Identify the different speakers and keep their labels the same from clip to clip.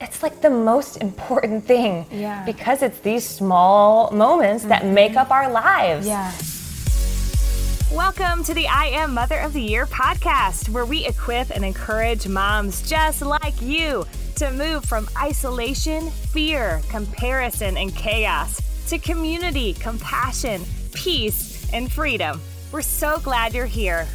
Speaker 1: it's like the most important thing
Speaker 2: Yeah.
Speaker 1: because it's these small moments that
Speaker 3: Mm-hmm.
Speaker 1: make up our lives.
Speaker 2: Yeah.
Speaker 3: Welcome to the I Am Mother of the Year podcast, where we equip and encourage moms just like you to move from isolation, fear, comparison, and chaos to community, compassion, peace, and freedom. We're so glad you're here.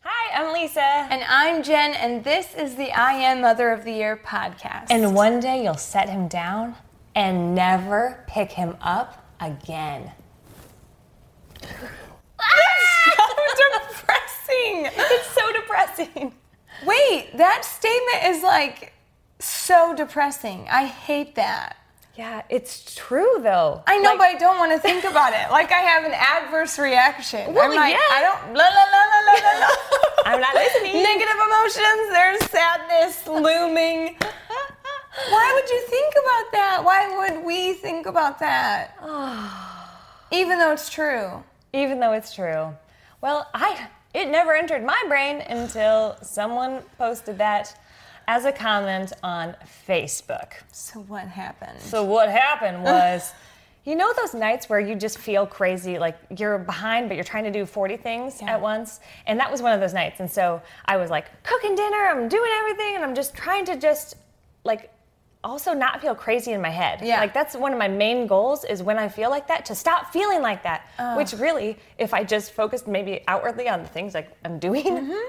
Speaker 1: Hi, I'm Lisa.
Speaker 2: And I'm Jen, and this is the I Am Mother of the Year podcast.
Speaker 1: And one day you'll set him down and never pick him up again. That's so depressing. It's so depressing.
Speaker 2: wait, that statement is like so depressing. I hate that.
Speaker 1: Yeah, it's true though.
Speaker 2: I know,
Speaker 1: Like,
Speaker 2: but I don't want to think about it. Like I have an adverse reaction.
Speaker 1: Well,
Speaker 2: I'm like,
Speaker 1: yeah.
Speaker 2: I don't. La la la la la la. la.
Speaker 1: I'm not listening.
Speaker 2: Negative emotions. There's sadness looming. Why would you think about that? Why would we think about that? Even though it's true.
Speaker 1: even though it's true. Well, I it never entered my brain until someone posted that as a comment on Facebook.
Speaker 2: So what happened?
Speaker 1: So what happened was, you know those nights where you just feel crazy, like you're behind, but you're trying to do 40 things
Speaker 2: Yeah.
Speaker 1: at once? And that was one of those nights. And so I was like cooking dinner, I'm doing everything, and I'm just trying to just like also not feel crazy in my head.
Speaker 2: Yeah.
Speaker 1: Like that's one of my main goals is when I feel like that, to stop feeling like that. Which really, if I just focused maybe outwardly on the things like I'm doing,
Speaker 2: Mm-hmm.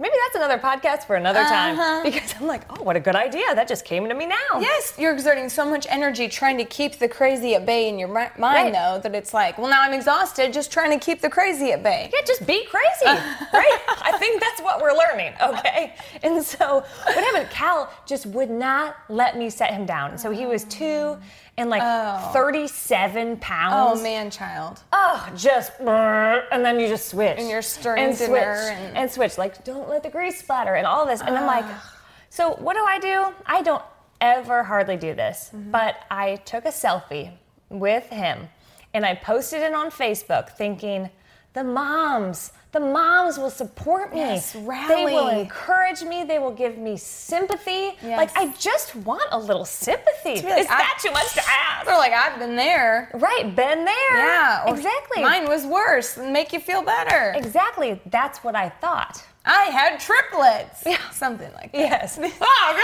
Speaker 1: maybe that's another podcast for another
Speaker 2: Uh-huh.
Speaker 1: time. Because I'm like, oh, what a good idea. That just came to me now.
Speaker 2: Yes, you're exerting so much energy trying to keep the crazy at bay in your mi- mind,
Speaker 1: Right.
Speaker 2: though, that it's like, well, now I'm exhausted just trying to keep the crazy at bay.
Speaker 1: Yeah, just be crazy, right? I think that's what we're learning, okay? And so what happened? Cal just would not let me set him down. So he was two and like
Speaker 2: Oh.
Speaker 1: 37 pounds.
Speaker 2: Oh, man, child.
Speaker 1: Oh, just, brrr, and then you just switch. And
Speaker 2: you're stirring
Speaker 1: switch,
Speaker 2: dinner and-
Speaker 1: and switch. Like, don't let the grease splatter and all this. And I'm like, so what do I do? I don't ever hardly do this,
Speaker 2: Mm-hmm.
Speaker 1: but I took a selfie with him and I posted it on Facebook thinking, the moms, the moms will support me.
Speaker 2: Yes,
Speaker 1: They will
Speaker 2: rally.
Speaker 1: encourage me. They will give me sympathy.
Speaker 2: Yes.
Speaker 1: Like, I just want a little sympathy. Is
Speaker 2: be like, I-
Speaker 1: that too much to ask?
Speaker 2: They're like, I've been there.
Speaker 1: Right, been there.
Speaker 2: Yeah. or
Speaker 1: exactly.
Speaker 2: Mine was worse. Make you feel better.
Speaker 1: Exactly. That's what I thought.
Speaker 2: I had triplets.
Speaker 1: Yeah.
Speaker 2: Something like that.
Speaker 1: Yes. oh,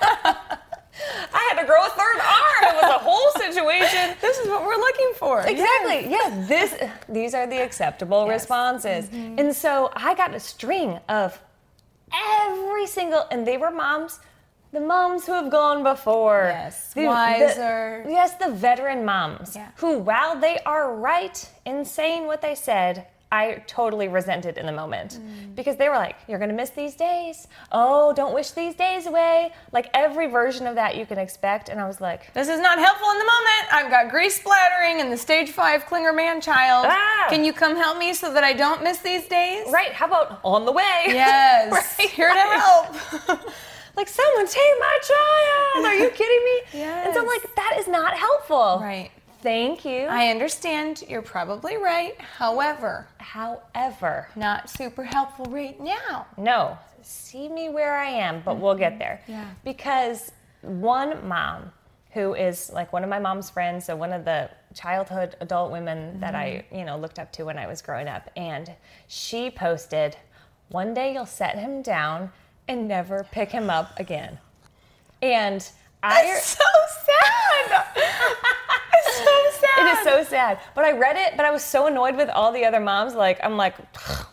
Speaker 1: I had to grow a third arm. It was a whole situation.
Speaker 2: This is what we're looking for.
Speaker 1: Exactly. Yeah. This. These are the acceptable responses.
Speaker 2: Mm-hmm.
Speaker 1: And so I got a string of every single, and they were moms. The moms who have gone before.
Speaker 2: Yes,
Speaker 1: The- the-
Speaker 2: wiser.
Speaker 1: yes, the veteran moms
Speaker 2: Yeah.
Speaker 1: who, while they are right in saying what they said, I totally resented in the moment
Speaker 2: Mm.
Speaker 1: because they were like, You're going to miss these days. Oh, don't wish these days away. Like every version of that you can expect. And I was like,
Speaker 2: This is not helpful in the moment. I've got grease splattering and the stage five clinger man child.
Speaker 1: Ah.
Speaker 2: Can you come help me so that I don't miss these days?
Speaker 1: Right, how about on the way?
Speaker 2: Yes.
Speaker 1: right,
Speaker 2: Here to
Speaker 1: right.
Speaker 2: help.
Speaker 1: like someone take my child are you kidding me and so i'm
Speaker 2: Yes.
Speaker 1: like that is not helpful
Speaker 2: Right.
Speaker 1: thank you
Speaker 2: I understand you're probably right. However,
Speaker 1: however
Speaker 2: not super helpful right now.
Speaker 1: no see me where i am but we'll get there
Speaker 2: Mm-hmm. Yeah.
Speaker 1: because one mom who is like one of my mom's friends so one of the childhood adult women that i
Speaker 2: Mm-hmm.
Speaker 1: you know looked up to when i was growing up and she posted one day you'll set him down and never pick him up again and i
Speaker 2: so sad. it's so sad.
Speaker 1: It is so sad. But I read it, but I was so annoyed with all the other moms. Like, I'm like,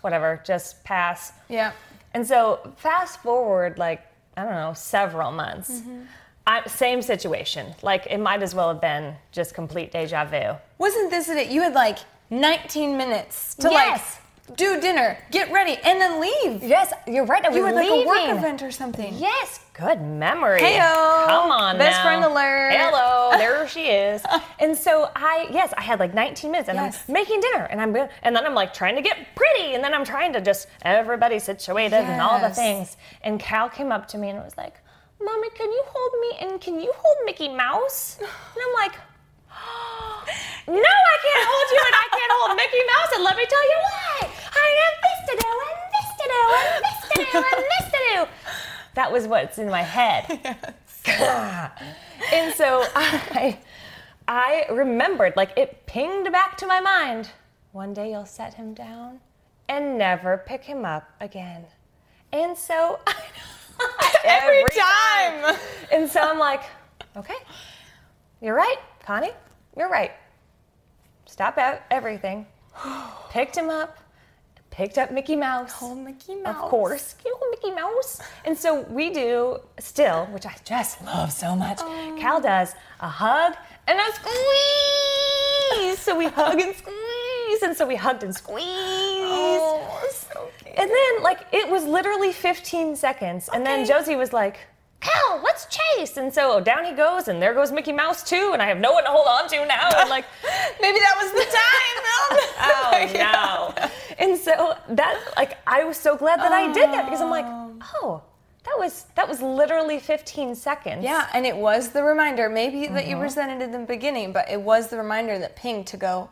Speaker 1: whatever, just pass.
Speaker 2: Yeah.
Speaker 1: And so, fast forward, like, I don't know, several months. I, same situation. Like, it might as well have been just complete deja vu.
Speaker 2: Wasn't this it? You had like 19 minutes to
Speaker 1: Yes.
Speaker 2: like do dinner, get ready, and then leave.
Speaker 1: Yes, you're right. I was
Speaker 2: You had like a work
Speaker 1: leaving.
Speaker 2: event or something.
Speaker 1: Yes, good memory.
Speaker 2: Heyo.
Speaker 1: Come on,
Speaker 2: Best
Speaker 1: now.
Speaker 2: friend alert.
Speaker 1: Hello, there she is. and so I, yes, I had like 19 minutes, and
Speaker 2: Yes.
Speaker 1: I'm making dinner, and I'm gonna- and then I'm like trying to get pretty, and then I'm trying to just everybody situated and all the
Speaker 2: Yes.
Speaker 1: things. And Cal came up to me and was like, "Mommy, can you hold me? And can you hold Mickey Mouse?" And I'm like. No, I can't hold you, and I can't hold Mickey Mouse, and let me tell you why. I have this to do, and this to do, and this to do, and this to do, That was what's in my head. and so I, I remembered, like it pinged back to my mind. One day you'll set him down and never pick him up again. And so I,
Speaker 2: Every time.
Speaker 1: And so I'm like, okay, you're right, Connie, you're right. Stop ev- everything. Picked him up, picked up Mickey Mouse.
Speaker 2: Oh, Mickey
Speaker 1: Of
Speaker 2: Mouse.
Speaker 1: course, you know Mickey Mouse. And so we do still, which I just love so much.
Speaker 2: Oh.
Speaker 1: Cal does a hug and a squeeze. So we hug and squeeze, and so we hugged and squeezed.
Speaker 2: Oh, so cute.
Speaker 1: And then, like, it was literally 15 seconds. And then
Speaker 2: Okay.
Speaker 1: Josie was like, Cal, let's chase. And so down he goes, and there goes Mickey Mouse, too. And I have no one to hold on to now. And, like,
Speaker 2: Maybe that was the
Speaker 1: oh,
Speaker 2: time.
Speaker 1: no. And so that, like, I was so glad that I did that because I'm like, oh, that was that was literally 15 seconds.
Speaker 2: Yeah, and it was the reminder, maybe that you presented in the beginning, but it was the reminder that pinged to go,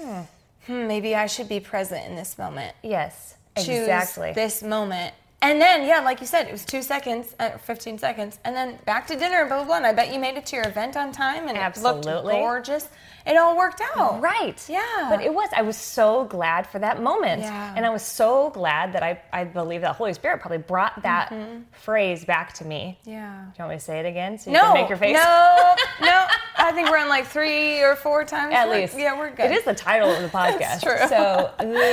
Speaker 2: hmm, maybe I should be present in this moment.
Speaker 1: Yes.
Speaker 2: Choose
Speaker 1: Exactly.
Speaker 2: this moment. And then, yeah, like you said, it was two seconds, uh, 15 seconds, and then back to dinner and blah, blah, blah. And I bet you made it to your event on time and it looked
Speaker 1: Absolutely.
Speaker 2: gorgeous. It all worked out.
Speaker 1: Right.
Speaker 2: Yeah.
Speaker 1: But it was. I was so glad for that moment.
Speaker 2: Yeah.
Speaker 1: And I was so glad that I, I believe that Holy Spirit probably brought that phrase back to me.
Speaker 2: Mm-hmm. Yeah.
Speaker 1: Do you want me to say it again so you
Speaker 2: No.
Speaker 1: can make your face?
Speaker 2: No, no. I think we're on like three or four times.
Speaker 1: At
Speaker 2: We're-
Speaker 1: least.
Speaker 2: Yeah, we're good.
Speaker 1: It is the title of the podcast.
Speaker 2: true.
Speaker 1: So,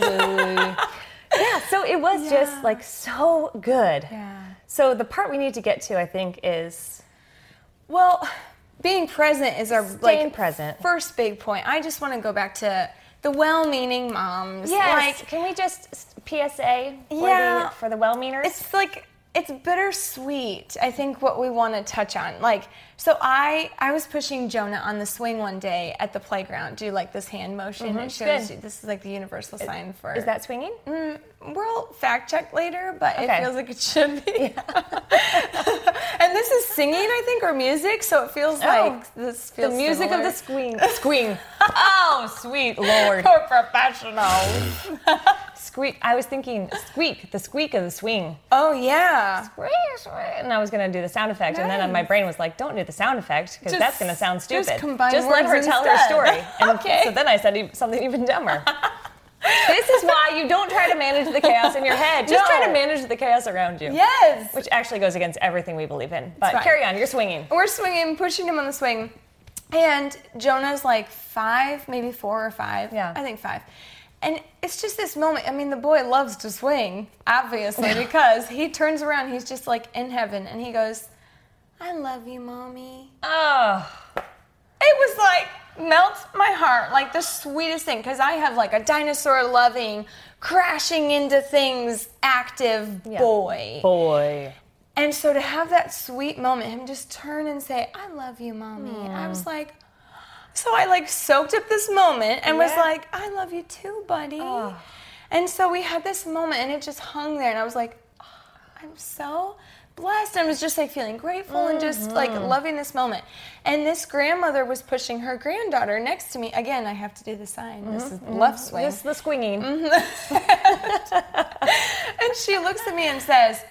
Speaker 1: yeah, so it was
Speaker 2: Yeah.
Speaker 1: just like so good.
Speaker 2: Yeah.
Speaker 1: So the part we need to get to, I think, is
Speaker 2: Well, being present is our
Speaker 1: Staying
Speaker 2: like,
Speaker 1: present.
Speaker 2: first big point. I just want to go back to the well-meaning moms.
Speaker 1: yes.
Speaker 2: Like
Speaker 1: can we just s- PSA wording
Speaker 2: Yeah.
Speaker 1: for the well-meaners?
Speaker 2: it's like it's bittersweet. I think what we want to touch on. Like so I I was pushing Jonah on the swing one day at the playground. Do you like this hand motion? it shows
Speaker 1: Mm-hmm. good.
Speaker 2: you this is like the universal sign for
Speaker 1: is that swinging?
Speaker 2: We'll fact check later, but it
Speaker 1: Okay.
Speaker 2: feels like it should be. and this is singing, I think, or music, so it feels like this
Speaker 1: Oh. The
Speaker 2: feels
Speaker 1: music of
Speaker 2: similar.
Speaker 1: the squeak. Squeak. oh, sweet lord.
Speaker 2: We're professionals.
Speaker 1: Squeak. I was thinking squeak, the squeak of the swing.
Speaker 2: Oh yeah.
Speaker 1: Squeak, squeak, And I was going to do the sound effect. And then my brain was like, don't do the sound effect because
Speaker 2: Just-
Speaker 1: that's going to sound stupid.
Speaker 2: just combine
Speaker 1: let her
Speaker 2: words
Speaker 1: tell her
Speaker 2: instead."
Speaker 1: story. And
Speaker 2: Okay.
Speaker 1: So then I said e- something even dumber. this is why you don't try to manage the chaos in your head. Just try
Speaker 2: No.
Speaker 1: to manage the chaos around you.
Speaker 2: Yes.
Speaker 1: Which actually goes against everything we believe in. But
Speaker 2: right.
Speaker 1: carry on, you're swinging.
Speaker 2: We're swinging, pushing him on the swing, and Jonah's like five, maybe four or five.
Speaker 1: Yeah.
Speaker 2: I think five. And it's just this moment. I mean, the boy loves to swing, obviously, because he turns around. He's just like in heaven, and he goes, "I love you, mommy."
Speaker 1: Oh,
Speaker 2: It was like melts my heart, like the sweetest thing, because I have like a dinosaur loving, crashing into things, active
Speaker 1: Yeah.
Speaker 2: boy.
Speaker 1: boy.
Speaker 2: And so to have that sweet moment, him just turn and say, I love you, mommy. I was like, so I like soaked up this moment and was
Speaker 1: Yeah.
Speaker 2: like, I love you too, buddy. And so we had this moment and it just hung there. And I was like, "Ah, I'm so blessed. And I was just like feeling grateful and just like
Speaker 1: Mm-hmm.
Speaker 2: loving this moment. And this grandmother was pushing her granddaughter next to me. Again, I have to do the sign. This is the left swing.
Speaker 1: Mm-hmm. This is the swinging.
Speaker 2: And she looks at me and says,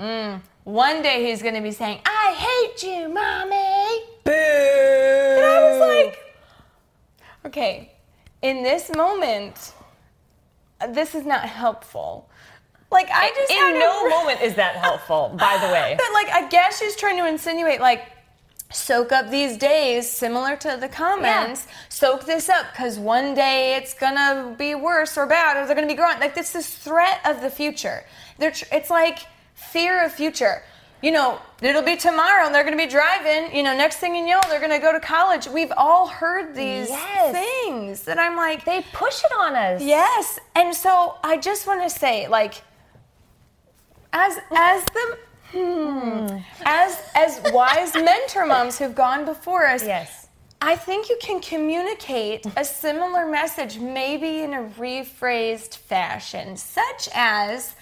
Speaker 2: mm, one day he's going to be saying, I hate you, mommy.
Speaker 1: Boo.
Speaker 2: And I was like, okay, in this moment, this is not helpful. Like, I just had
Speaker 1: in
Speaker 2: a
Speaker 1: no
Speaker 2: re-
Speaker 1: moment is that helpful, by the way.
Speaker 2: But, like, I guess she's trying to insinuate, like, soak up these days, similar to the comments. Soak this up, because one day it's gonna be worse or bad, or they're gonna be growing. Like, this is threat of the future. They're tr- it's like fear of future. You know, it'll be tomorrow, and they're gonna be driving. You know, next thing you know, they're gonna go to college. We've all heard these
Speaker 1: Yes.
Speaker 2: things that I'm like,
Speaker 1: They push it on us.
Speaker 2: Yes, and so I just want to say, like, as as the hmm, as as wise mentor moms who've gone before us,
Speaker 1: Yes.
Speaker 2: I think you can communicate a similar message, maybe in a rephrased fashion, such as,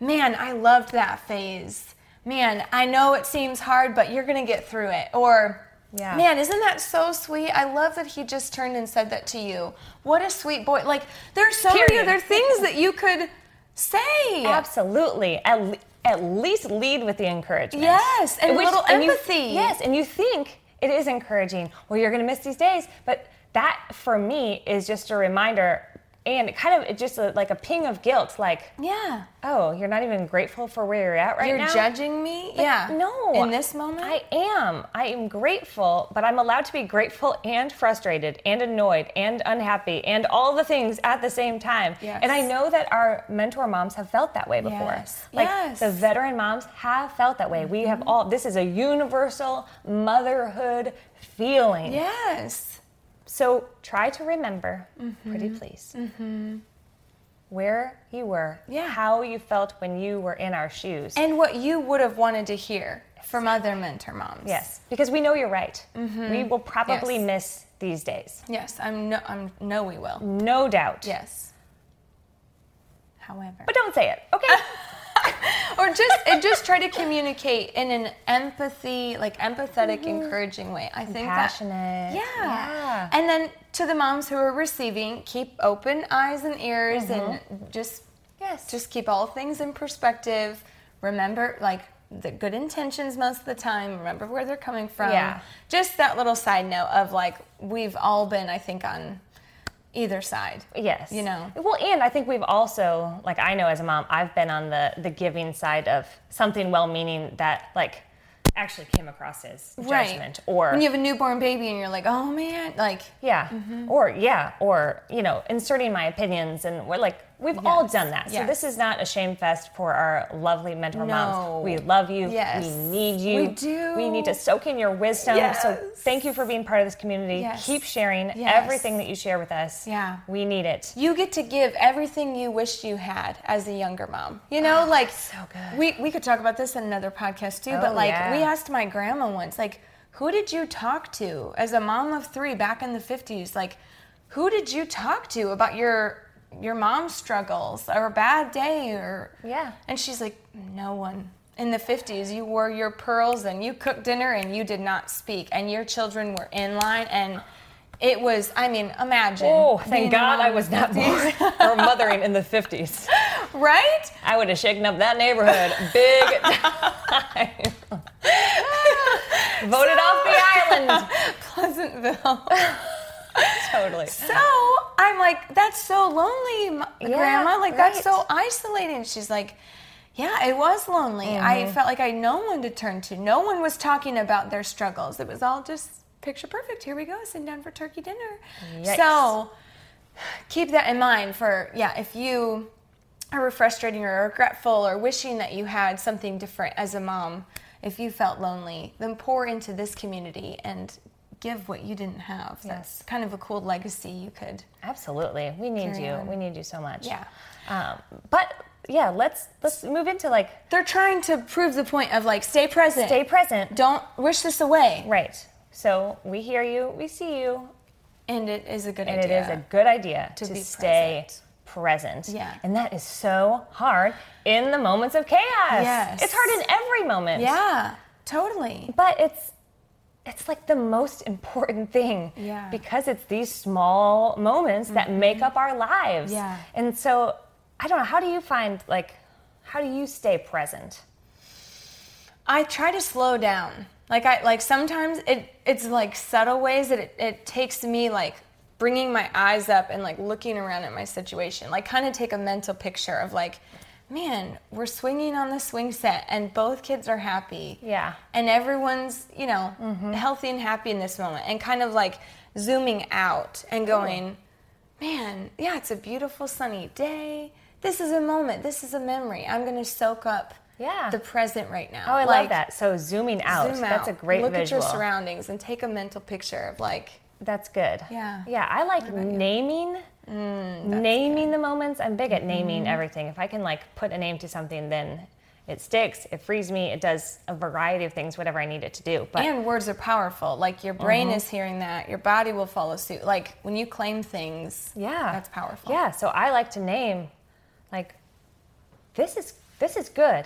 Speaker 2: "Man, I loved that phase. Man, I know it seems hard, but you're gonna get through it." Or
Speaker 1: Yeah.
Speaker 2: Man, isn't that so sweet? I love that he just turned and said that to you. What a sweet boy. Like, there's so many
Speaker 1: Period.
Speaker 2: other things that you could say.
Speaker 1: Absolutely. At le- at least lead with the encouragement.
Speaker 2: Yes, and a little
Speaker 1: you-
Speaker 2: empathy.
Speaker 1: yes, and you think it is encouraging. Well, you're going to miss these days, but that for me is just a reminder and kind of it's just a, like a ping of guilt like
Speaker 2: Yeah.
Speaker 1: oh you're not even grateful for where you're at right
Speaker 2: You're
Speaker 1: now
Speaker 2: judging me? yeah.
Speaker 1: no
Speaker 2: In this moment?
Speaker 1: i am i am grateful but i'm allowed to be grateful and frustrated and annoyed and unhappy and all the things at the same time
Speaker 2: Yes.
Speaker 1: and i know that our mentor moms have felt that way before
Speaker 2: Yes.
Speaker 1: like
Speaker 2: Yes. Mm-hmm.
Speaker 1: the veteran moms have felt that way we have all this is a universal motherhood feeling
Speaker 2: yes.
Speaker 1: so try to remember,
Speaker 2: Mm-hmm.
Speaker 1: pretty please, where you were,
Speaker 2: Yeah.
Speaker 1: how you felt when you were in our shoes.
Speaker 2: And what you would have wanted to hear from other mentor moms.
Speaker 1: yes, because we know you're right. We will probably
Speaker 2: Mm-hmm. Yes.
Speaker 1: miss these days,
Speaker 2: Yes, I'm no I'm no we will.
Speaker 1: no doubt.
Speaker 2: Yes. However.
Speaker 1: But don't say it, okay?
Speaker 2: or just and just try to communicate in an empathy, like empathetic, encouraging way. I think
Speaker 1: Mm-hmm. Compassionate.
Speaker 2: That, yeah.
Speaker 1: Yeah.
Speaker 2: And then to the moms who are receiving, keep open eyes and ears,
Speaker 1: Mm-hmm.
Speaker 2: and just
Speaker 1: Yes.
Speaker 2: just keep all things in perspective. Remember, like the good intentions most of the time. Remember where they're coming from.
Speaker 1: Yeah.
Speaker 2: Just that little side note of like we've all been, I think, on either side.
Speaker 1: yes.
Speaker 2: You know.
Speaker 1: Well, and I think we've also, like I know as a mom, I've been on the the giving side of something well-meaning that like actually came across as judgment or
Speaker 2: when you have a newborn baby and you're like, oh man, like
Speaker 1: Yeah.
Speaker 2: Mm-hmm.
Speaker 1: Or yeah, or you know, inserting my opinions and we're like we've all
Speaker 2: Yes.
Speaker 1: done that. So
Speaker 2: Yes.
Speaker 1: this is not a shame fest for our lovely mentor
Speaker 2: No.
Speaker 1: moms. We love you.
Speaker 2: Yes.
Speaker 1: We need you.
Speaker 2: We do.
Speaker 1: We need to soak in your wisdom. So
Speaker 2: Yes.
Speaker 1: thank you for being part of this community.
Speaker 2: Yes.
Speaker 1: Keep sharing
Speaker 2: Yes.
Speaker 1: everything that you share with us.
Speaker 2: Yeah.
Speaker 1: We need it.
Speaker 2: you get to give everything you wish you had as a younger mom. You know, like
Speaker 1: Ah, good.
Speaker 2: We we could talk about this in another podcast too,
Speaker 1: Oh,
Speaker 2: but like
Speaker 1: yeah.
Speaker 2: we asked my grandma once, like, who did you talk to as a mom of three back in the fifties? Like, who did you talk to about your your mom's struggles or a bad day or
Speaker 1: Yeah.
Speaker 2: And she's like, no one. In the 50s, you wore your pearls and you cooked dinner and you did not speak, and your children were in line. And it was, I mean, imagine.
Speaker 1: Oh,
Speaker 2: being
Speaker 1: thank
Speaker 2: a
Speaker 1: God
Speaker 2: mom
Speaker 1: I
Speaker 2: in
Speaker 1: was
Speaker 2: the
Speaker 1: not
Speaker 2: 50s.
Speaker 1: born or mothering in the 50s.
Speaker 2: Right?
Speaker 1: I would have shaken up that neighborhood big time. Voted off the island.
Speaker 2: Pleasantville.
Speaker 1: Totally.
Speaker 2: so I'm like, that's so lonely, m-
Speaker 1: Yeah,
Speaker 2: Grandma. Like, that's
Speaker 1: right.
Speaker 2: so isolating. She's like, yeah, it was lonely.
Speaker 1: Mm-hmm.
Speaker 2: I felt like I had no one to turn to. No one was talking about their struggles. It was all just picture perfect. Here we go, sitting down for turkey dinner.
Speaker 1: Yikes.
Speaker 2: So keep that in mind for, yeah, if you are frustrating or regretful or wishing that you had something different as a mom, if you felt lonely, then pour into this community and give what you didn't have. That's
Speaker 1: Yes.
Speaker 2: kind of a cool legacy you could.
Speaker 1: Absolutely. We need
Speaker 2: Carry
Speaker 1: you.
Speaker 2: on.
Speaker 1: We need you so much.
Speaker 2: Yeah.
Speaker 1: Um, but yeah, let's let's move into like
Speaker 2: They're trying to prove the point of like stay present.
Speaker 1: stay present.
Speaker 2: Don't wish this away.
Speaker 1: Right. So we hear you, we see you,
Speaker 2: And it is a good
Speaker 1: and
Speaker 2: idea.
Speaker 1: it is a good idea to,
Speaker 2: To be
Speaker 1: stay present.
Speaker 2: Yeah.
Speaker 1: And that is so hard in the moments of chaos.
Speaker 2: Yes.
Speaker 1: It's hard in every moment.
Speaker 2: Yeah, totally.
Speaker 1: but it's it's like the most important thing
Speaker 2: Yeah. Mm-hmm.
Speaker 1: because it's these small moments that make up our lives
Speaker 2: Yeah.
Speaker 1: and so i don't know how do you find like how do you stay present
Speaker 2: I try to slow down. Like I like sometimes it it's like subtle ways that it, it takes me like bringing my eyes up and like looking around at my situation. Like kind of take a mental picture of like, man, we're swinging on the swing set and both kids are happy.
Speaker 1: Yeah.
Speaker 2: And everyone's, you know, healthy and happy in this moment and kind of like zooming out and going, man, yeah, it's a beautiful sunny day. This is a moment. This is a memory. I'm going to soak up
Speaker 1: Yeah.
Speaker 2: the present right now.
Speaker 1: oh i
Speaker 2: Like,
Speaker 1: love that so zooming out
Speaker 2: zoom
Speaker 1: that's
Speaker 2: out,
Speaker 1: a great
Speaker 2: look
Speaker 1: visual
Speaker 2: at your surroundings and take a mental picture of like
Speaker 1: that's good
Speaker 2: Yeah.
Speaker 1: yeah i like naming
Speaker 2: Mm,
Speaker 1: naming the moments i'm big at naming
Speaker 2: Mm-hmm.
Speaker 1: everything if i can like put a name to something then it sticks it frees me it does a variety of things whatever i need it to do but
Speaker 2: and words are powerful like your brain
Speaker 1: Mm-hmm.
Speaker 2: is hearing that your body will follow suit like when you claim things
Speaker 1: Yeah.
Speaker 2: that's powerful
Speaker 1: Yeah,
Speaker 2: Mm-hmm.
Speaker 1: so I like to name like this is this is good.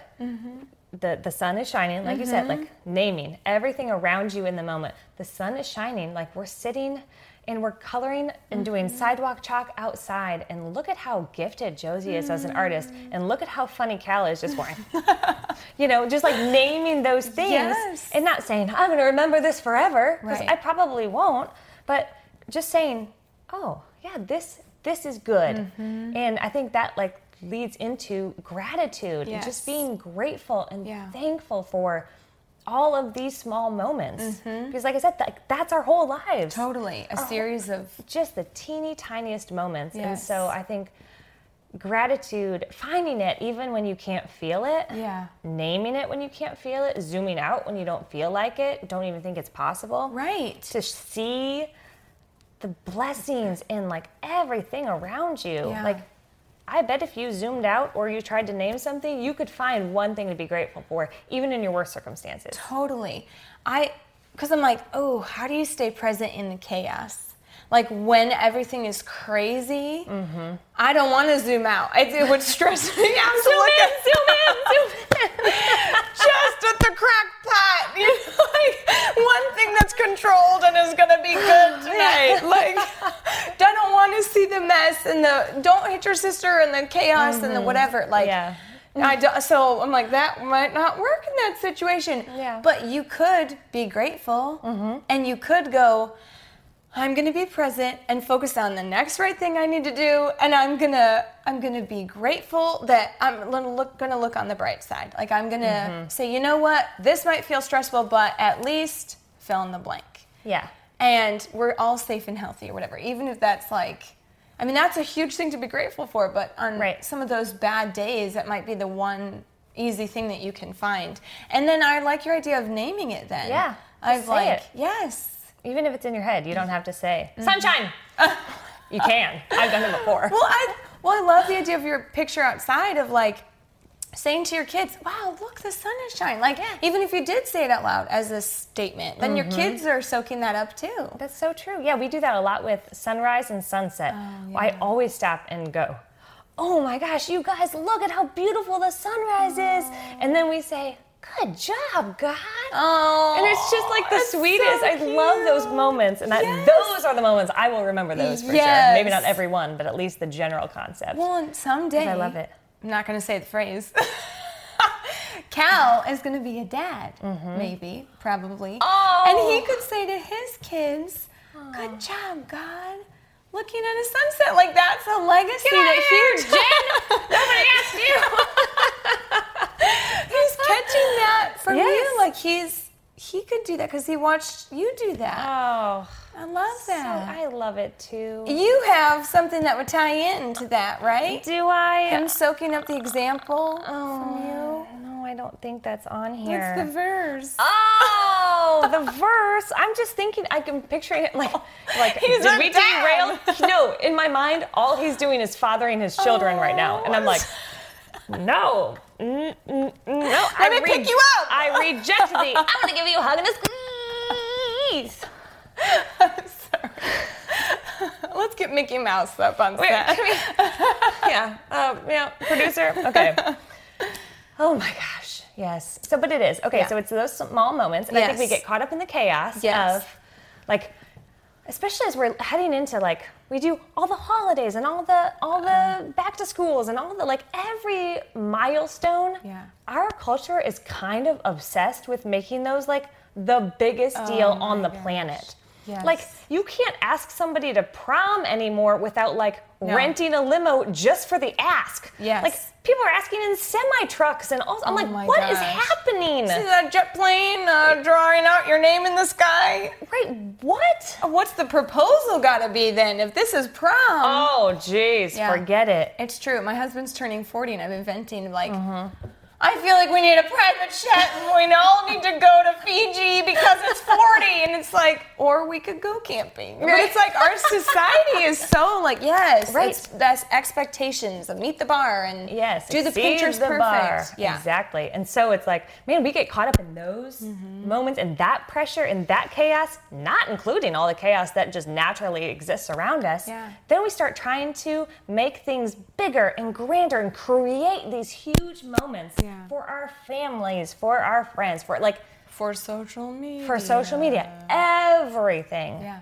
Speaker 1: the, the sun is shining, like you said, like naming everything around you in the moment. The sun is shining, like we're sitting and we're coloring and
Speaker 2: Mm-hmm.
Speaker 1: doing sidewalk chalk outside. And look at how gifted Josie is as an artist.
Speaker 2: Mm.
Speaker 1: And look at how funny Cal is just wearing. you know, just like naming those things
Speaker 2: Yes.
Speaker 1: and not saying, I'm going to remember this forever, because
Speaker 2: Right.
Speaker 1: I probably won't, but just saying, oh, yeah, this this is good.
Speaker 2: Mm-hmm.
Speaker 1: And I think that like leads into gratitude and
Speaker 2: Yes.
Speaker 1: just being grateful and
Speaker 2: Yeah.
Speaker 1: thankful for all of these small moments.
Speaker 2: Mm-hmm.
Speaker 1: Because like I said, like that's our whole lives.
Speaker 2: Totally.
Speaker 1: Oh.
Speaker 2: A series of
Speaker 1: Just the teeny tiniest moments. And
Speaker 2: Yes.
Speaker 1: so I think gratitude, finding it even when you can't feel it
Speaker 2: yeah.
Speaker 1: naming it when you can't feel it, zooming out when you don't feel like it, don't even think it's possible.
Speaker 2: Right.
Speaker 1: To see the blessings in like everything around you.
Speaker 2: Yeah.
Speaker 1: Like, I bet if you zoomed out or you tried to name something, you could find one thing to be grateful for, even in your worst circumstances.
Speaker 2: Totally. I, because I'm like, oh, how do you stay present in the chaos? Like when everything is crazy, I don't want to zoom out. It, it would stress me out. to look at- Just at the crack pot, you know, like one thing that's controlled and is gonna be good tonight. Like, I don't want to see the mess and the don't hit your sister and the chaos and the whatever. Like,
Speaker 1: Yeah.
Speaker 2: I do, so I'm like that might not work in that situation.
Speaker 1: Yeah.
Speaker 2: But you could be grateful, and you could go. I'm gonna be present and focus on the next right thing I need to do, and I'm gonna I'm gonna be grateful that I'm gonna look gonna look on the bright side. Like I'm gonna say, you know what, this might feel stressful, but at least fill in the blank
Speaker 1: yeah.
Speaker 2: and we're all safe and healthy or whatever. Even if that's like, I mean, that's a huge thing to be grateful for. But on
Speaker 1: Right.
Speaker 2: some of those bad days, that might be the one easy thing that you can find. And then I like your idea of naming it. Then
Speaker 1: Yeah,
Speaker 2: I've
Speaker 1: just say
Speaker 2: like
Speaker 1: it.
Speaker 2: yes.
Speaker 1: Even if it's in your head, you don't have to say, Sunshine! you can. I've done it before.
Speaker 2: Well, I well I love the idea of your picture outside of like. Saying to your kids, "Wow, look, the sun is shining!" Like, even if you did say it out loud as a statement, then
Speaker 1: Mm-hmm.
Speaker 2: your kids are soaking that up too.
Speaker 1: That's so true. Yeah, we do that a lot with sunrise and sunset. I always stop and go, Oh my gosh, you guys, look at how beautiful the sunrise is. And then we say, Good job, God.
Speaker 2: Oh,
Speaker 1: And it's just like the
Speaker 2: that's so
Speaker 1: sweetest. I love those
Speaker 2: cute.
Speaker 1: moments. And that,
Speaker 2: Yes.
Speaker 1: those are the moments I will remember those for sure. Maybe not
Speaker 2: Yes.
Speaker 1: every one, but at least the general concept.
Speaker 2: Well, and someday.
Speaker 1: I love it.
Speaker 2: I'm not going to say the phrase. Cal is going to be a dad, maybe, probably.
Speaker 1: Mm-hmm. Oh.
Speaker 2: And he could say to his kids, Good job, God. Looking at a sunset. Like, that's a legacy
Speaker 1: Get out
Speaker 2: that
Speaker 1: of
Speaker 2: he
Speaker 1: here, Jen! Nobody asked you!
Speaker 2: He's catching that from
Speaker 1: Yes.
Speaker 2: you. Like, he's. He could do that because he watched you do that.
Speaker 1: Oh,
Speaker 2: I love
Speaker 1: so
Speaker 2: that.
Speaker 1: I love it too.
Speaker 2: you have something that would tie into that, right?
Speaker 1: Do I?
Speaker 2: Him soaking up the example from you.
Speaker 1: Oh, no, I don't think that's on here.
Speaker 2: It's the verse.
Speaker 1: Oh, the verse. I'm just thinking. I can picture it like, like
Speaker 2: He's
Speaker 1: did
Speaker 2: a
Speaker 1: we
Speaker 2: dad.
Speaker 1: derail? No, in my mind, all he's doing is fathering his children right now,
Speaker 2: Oh,
Speaker 1: and I'm like, no, n- n- no. Let I
Speaker 2: me pick you up.
Speaker 1: I reject the. I'm gonna give you a hug and a squeeze.
Speaker 2: Let's get Mickey Mouse up on
Speaker 1: Wait,
Speaker 2: set.
Speaker 1: can we- yeah, um, yeah, producer. Okay. Oh my gosh. Yes. So, but it is okay.
Speaker 2: Yeah.
Speaker 1: So it's those small moments, and I think we
Speaker 2: Yes.
Speaker 1: get caught up in the chaos
Speaker 2: Yes.
Speaker 1: of, like, especially as we're heading into like we do all the holidays and all the all
Speaker 2: Uh-huh.
Speaker 1: the back to schools and all the like every milestone.
Speaker 2: Yeah.
Speaker 1: Our culture is kind of obsessed with making those like the biggest deal on the planet.
Speaker 2: Oh Yes.
Speaker 1: Like you can't ask somebody to prom anymore without like renting a limo just for the ask.
Speaker 2: Yes. Oh
Speaker 1: Like people are asking in semi trucks and all. I'm
Speaker 2: my
Speaker 1: like, what is
Speaker 2: gosh.
Speaker 1: happening?
Speaker 2: See that jet plane uh, drawing out your name in the sky?
Speaker 1: Right? What?
Speaker 2: What's the proposal gotta be then if this is prom?
Speaker 1: Oh, jeez,
Speaker 2: Yeah.
Speaker 1: forget it.
Speaker 2: It's true. My husband's turning 40 and I've been venting like,
Speaker 1: Mm-hmm.
Speaker 2: I feel like we need a private jet and we all need to go to Fiji because it's 40. And it's like, or we could go camping. But it's like our society is so like, yes,
Speaker 1: Right.
Speaker 2: it's- that's expectations of meet the bar and
Speaker 1: Yes,
Speaker 2: do the
Speaker 1: exceed
Speaker 2: pictures
Speaker 1: the
Speaker 2: perfect.
Speaker 1: bar.
Speaker 2: Yeah.
Speaker 1: exactly. And so it's like, man, we get caught up in those
Speaker 2: Mm-hmm.
Speaker 1: moments and that pressure and that chaos, not including all the chaos that just naturally exists around us.
Speaker 2: Yeah.
Speaker 1: Then we start trying to make things bigger and grander and create these huge moments.
Speaker 2: Yeah. Yeah.
Speaker 1: for our families, for our friends, for like
Speaker 2: For social media.
Speaker 1: for social media, everything.
Speaker 2: Yeah.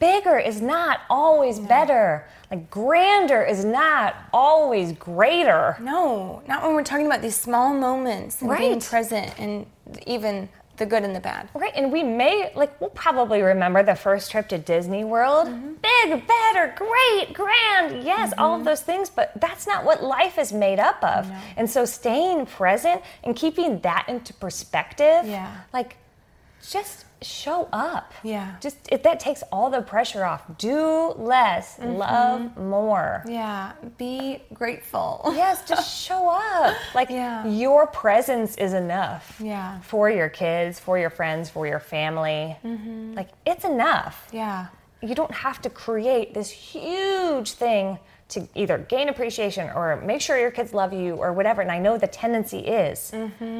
Speaker 1: Bigger is not always better. Like grander is not always greater.
Speaker 2: No, not when we're talking about these small moments and being
Speaker 1: Right.
Speaker 2: present and even the good and the bad.
Speaker 1: Right, and we may like we'll probably remember the first trip to Disney World.
Speaker 2: Mm-hmm.
Speaker 1: Big, better, great, grand, yes, all of those things, but that's not what life is made up of. And so staying present and keeping that into perspective,
Speaker 2: Yeah.
Speaker 1: like just show up.
Speaker 2: Yeah.
Speaker 1: Just it, that takes all the pressure off. Do less, love
Speaker 2: Mm-hmm.
Speaker 1: more.
Speaker 2: Yeah, be grateful.
Speaker 1: Yes, just show up. Like
Speaker 2: Yeah.
Speaker 1: your presence is enough.
Speaker 2: Yeah.
Speaker 1: For your kids, for your friends, for your family.
Speaker 2: Mm-hmm.
Speaker 1: Like it's enough.
Speaker 2: Yeah.
Speaker 1: You don't have to create this huge thing to either gain appreciation or make sure your kids love you or whatever. And I know the tendency is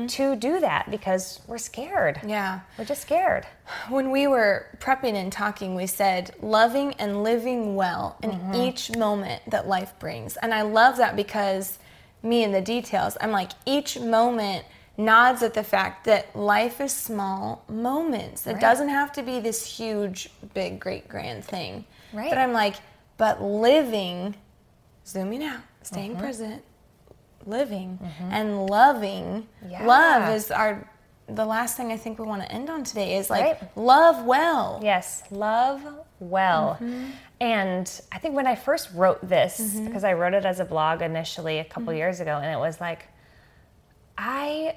Speaker 1: to do that because we're scared.
Speaker 2: Mm-hmm. Yeah.
Speaker 1: We're just scared.
Speaker 2: When we were prepping and talking, we said loving and living well in
Speaker 1: Mm-hmm.
Speaker 2: each moment that life brings. And I love that because me and the details, I'm like, each moment nods at the fact that life is small moments. It doesn't have to be this huge, big, great, grand thing.
Speaker 1: Right.
Speaker 2: But I'm like, but living, zooming out, staying
Speaker 1: Mm-hmm.
Speaker 2: present, living and loving.
Speaker 1: Yeah.
Speaker 2: Love is our the last thing I think we want to end on today is like
Speaker 1: Right.
Speaker 2: love well. Mm-hmm.
Speaker 1: Yes, love well. And I think when I first wrote this, because I wrote it as a blog initially a
Speaker 2: Mm-hmm.
Speaker 1: couple years ago, and it was like, I,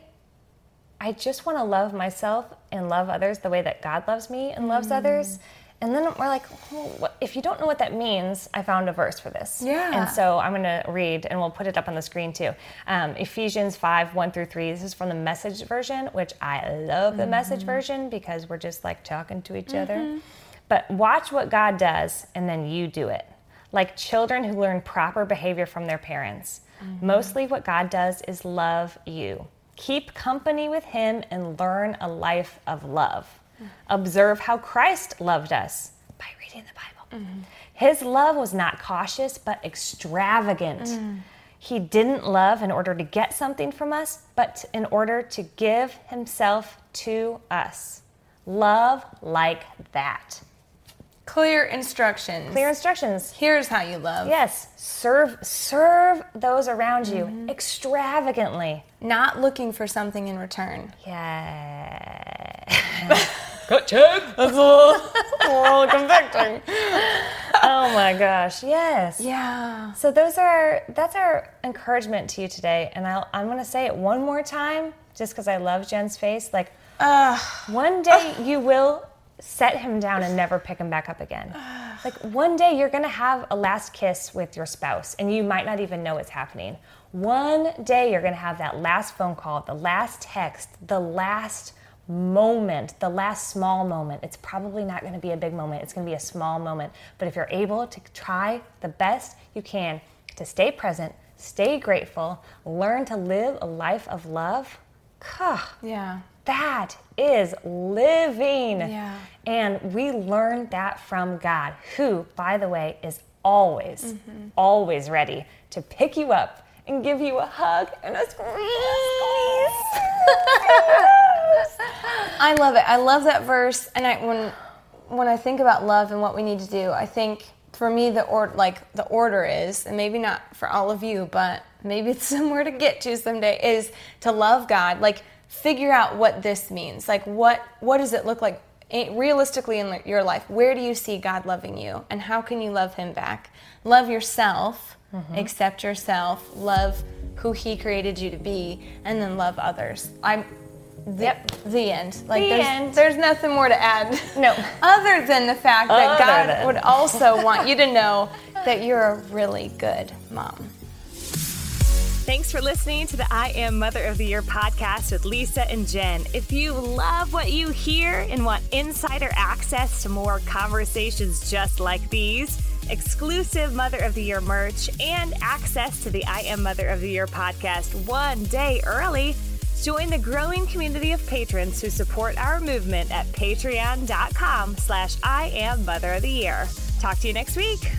Speaker 1: I just want to love myself and love others the way that God loves me and loves
Speaker 2: Mm.
Speaker 1: others. And then we're like, oh, what- if you don't know what that means, I found a verse for this.
Speaker 2: Yeah.
Speaker 1: And so I'm going to read, and we'll put it up on the screen too. Um, Ephesians 5 1 through 3. This is from the message version, which I love the message version because we're just like talking to each other. But watch what God does, and then you do it. Like children who learn proper behavior from their parents. Mostly what God does is love you. Keep company with Him and learn a life of love. Observe how Christ loved us by reading the Bible. His love was not cautious, but extravagant. He didn't love in order to get something from us, but in order to give himself to us. Love like that.
Speaker 2: Clear instructions.
Speaker 1: Clear instructions.
Speaker 2: Here's how you love.
Speaker 1: Yes, serve serve those around you extravagantly.
Speaker 2: Not looking for something in return.
Speaker 1: Yeah. oh my gosh, yes.
Speaker 2: Yeah.
Speaker 1: So those are that's our encouragement to you today, and I'll, I'm going to say it one more time, just because I love Jen's face. Like, one day you will set him down and never pick him back up again. like one day you're going to have a last kiss with your spouse, and you might not even know it's happening. One day you're going to have that last phone call, the last text, the last moment, the last small moment. It's probably not going to be a big moment, it's going to be a small moment. But if you're able to try the best you can to stay present, stay grateful, learn to live a life of love, Gah,
Speaker 2: Yeah.
Speaker 1: that is living.
Speaker 2: Yeah.
Speaker 1: And we learn that from God, who, by the way, is always, always ready to pick you up and give you a hug and a squeeze.
Speaker 2: I love it. I love that verse. And I when when I think about love and what we need to do, I think for me the or like the order is, and maybe not for all of you, but maybe it's somewhere to get to someday, is to love God. Like figure out what this means. Like what what does it look like eh, realistically in your life? Where do you see God loving you? And how can you love him back? Love yourself, accept yourself, love who he created you to be, and then love others. I'm the, the end. Like
Speaker 1: The
Speaker 2: there's,
Speaker 1: end.
Speaker 2: there's nothing more to add.
Speaker 1: No.
Speaker 2: Other than the fact that
Speaker 1: Other
Speaker 2: God
Speaker 1: than.
Speaker 2: would also want you to know that you're a really good mom.
Speaker 3: Thanks for listening to the I Am Mother of the Year podcast with Lisa and Jen. If you love what you hear and want insider access to more conversations just like these, exclusive Mother of the Year merch, and access to the I Am Mother of the Year podcast one day early, join the growing community of patrons who support our movement at patreon.com slash I Am Mother of the Year. Talk to you next week.